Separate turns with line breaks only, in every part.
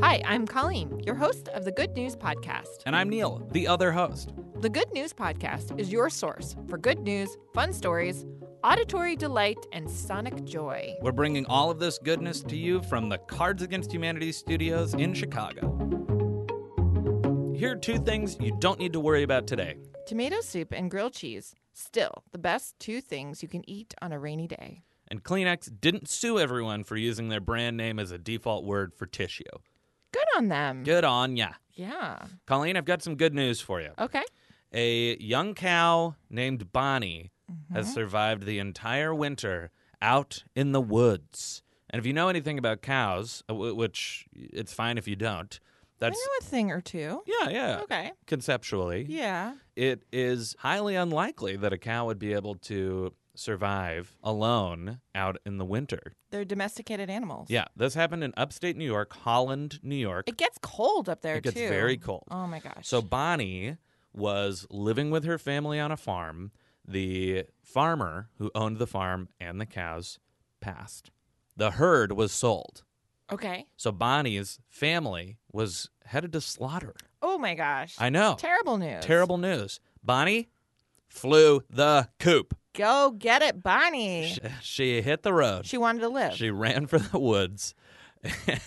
Hi, I'm Colleen, your host of the Good News Podcast.
And I'm Neil, the other host.
The Good News Podcast is your source for good news, fun stories, auditory delight, and sonic joy.
We're bringing all of this goodness to you from the Cards Against Humanity studios in Chicago. Here are two things you don't need to worry about today.
Tomato soup and grilled cheese, still the best two things you can eat on a rainy day.
And Kleenex didn't sue everyone for using their brand name as a default word for tissue.
Good on them.
Good on ya.
Yeah.
Colleen, I've got some good news for you.
Okay.
A young cow named Bonnie has survived the entire winter out in the woods. And if you know anything about cows, uh, wh- which it's fine if you don't,
I
that's
know a thing or two.
yeah, yeah.
Okay.
Conceptually,
Yeah.
it is highly unlikely that a cow would be able to survive alone out in the winter.
They're domesticated animals.
Yeah, this happened in upstate New York, Holland, New York.
It gets cold up there
It gets
too.
very cold.
Oh my gosh.
So Bonnie was living with her family on a farm. The farmer who owned the farm and the cows passed. The herd was sold.
okay.
So Bonnie's family was headed to slaughter.
Oh my gosh.
I know.
Terrible news.
Terrible news. Bonnie flew the coop.
Go get it, Bonnie.
Sh- She hit the road.
Eh. She wanted to live.
She ran for the woods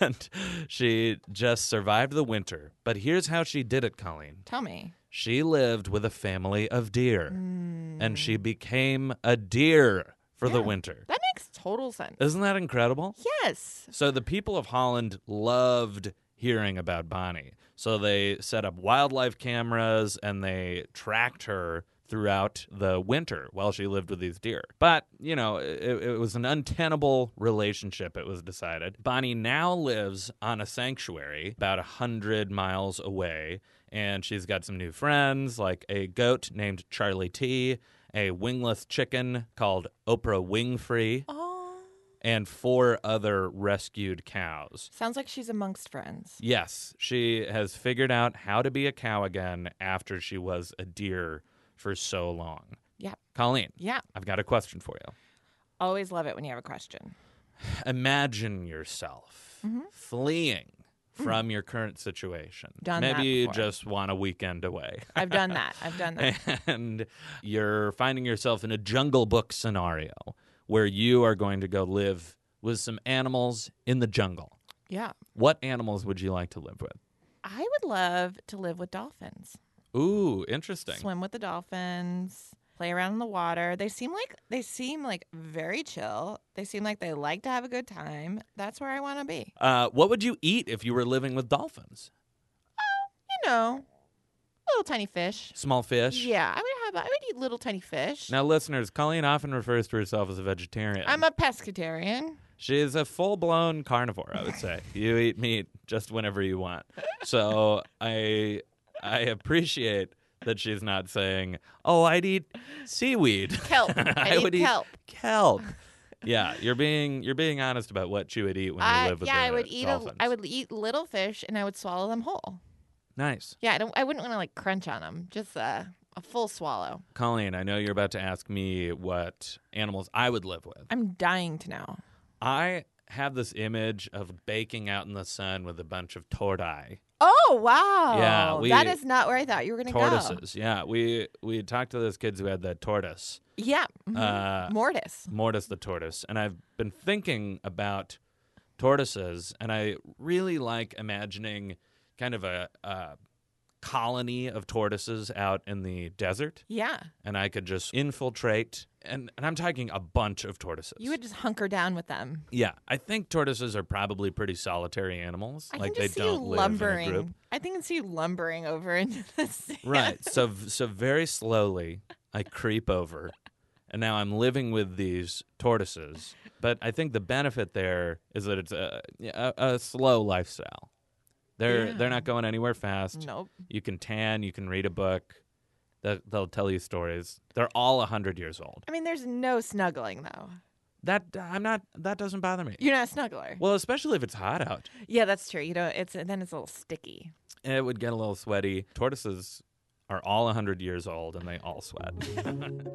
and she just survived the winter. But here's how she did it, Colleen.
Tell me.
She lived with a family of deer, Mm.
Mm.
and she became a deer for the winter.
That makes total sense.
Isn't that incredible?
Yes.
So the people of Holland loved hearing about Bonnie. So they set up wildlife cameras and they tracked her throughout the winter while she lived with these deer. But, you know, it, it was an untenable relationship, it was decided. Bonnie now lives on a sanctuary about a 100 miles away, and she's got some new friends, like a goat named Charlie T., a wingless chicken called Oprah Wingfree
Oh.
and four other rescued cows.
Sounds like she's amongst friends.
Yes, she has figured out how to be a cow again after she was a deer for so long.
Yeah.
Colleen,
Yeah.
I've got a question for you.
Always love it when you have a question.
Imagine yourself
Mm-hmm.
fleeing from your current situation.
Done
Maybe
that
you
before.
just want a weekend away.
I've done that. I've done that.
and you're finding yourself in a jungle book scenario where you are going to go live with some animals in the jungle.
Yeah.
What animals would you like to live with?
I would love to live with dolphins.
Ooh, interesting.
Swim with the dolphins, play around in the water. They seem like they seem like very chill. They seem like they like to have a good time. That's where I want to be.
Uh, what would you eat if you were living with dolphins?
You know, little tiny fish.
Small fish?
Yeah, I would have I would eat little tiny fish.
Now, listeners, Colleen often refers to herself as a vegetarian.
I'm a pescatarian.
she is a full blown carnivore, I would say. you eat meat just whenever you want. So I, I appreciate that she's not saying, oh, I'd eat seaweed.
Kelp. I,
would
eat
eat
kelp.
Kelp. Yeah, you're being you're being honest about what you would eat when you
I-
live with
yeah, I
the
would eat
dolphins.
a, I would eat little fish and I would swallow them whole.
Nice.
Yeah, I don't I wouldn't want to like crunch on them. Just a a full swallow.
Colleen, I know you're about to ask me what animals I would live with.
I'm dying to know.
I have this image of baking out in the sun with a bunch of tortoise.
Oh wow!
Yeah, we-
that is not where I thought you were going to go.
Tortoises. Yeah, we we had talked to those kids who had that tortoise,
Yeah, mhm.
Uh,
mortis.
Mortis the tortoise, and I've been thinking about tortoises, and I really like imagining kind of a, a colony of tortoises out in the desert,
Yeah,
and I could just infiltrate, and, and I'm talking a bunch of tortoises.
you would just hunker down with them.
Yeah, I think tortoises are probably pretty solitary animals.
I
like
can
they
just see
don't
you
live
lumbering.
in a group.
I think I can see you lumbering over into the sand.
Right. so so very slowly I creep over. And now I'm living with these tortoises. But I think the benefit there is that it's a a, a slow lifestyle. They're
Yeah.
they're not going anywhere fast.
Nope.
You can tan, you can read a book. They'll, they'll tell you stories. They're all 100 years old.
I mean, there's no snuggling though.
That I'm not that doesn't bother me.
You're not a snuggler.
Well, especially if it's hot out.
yeah, that's true. You know, it's then it's a little sticky.
and it would get a little sweaty. Tortoises are all 100 years old and they all sweat.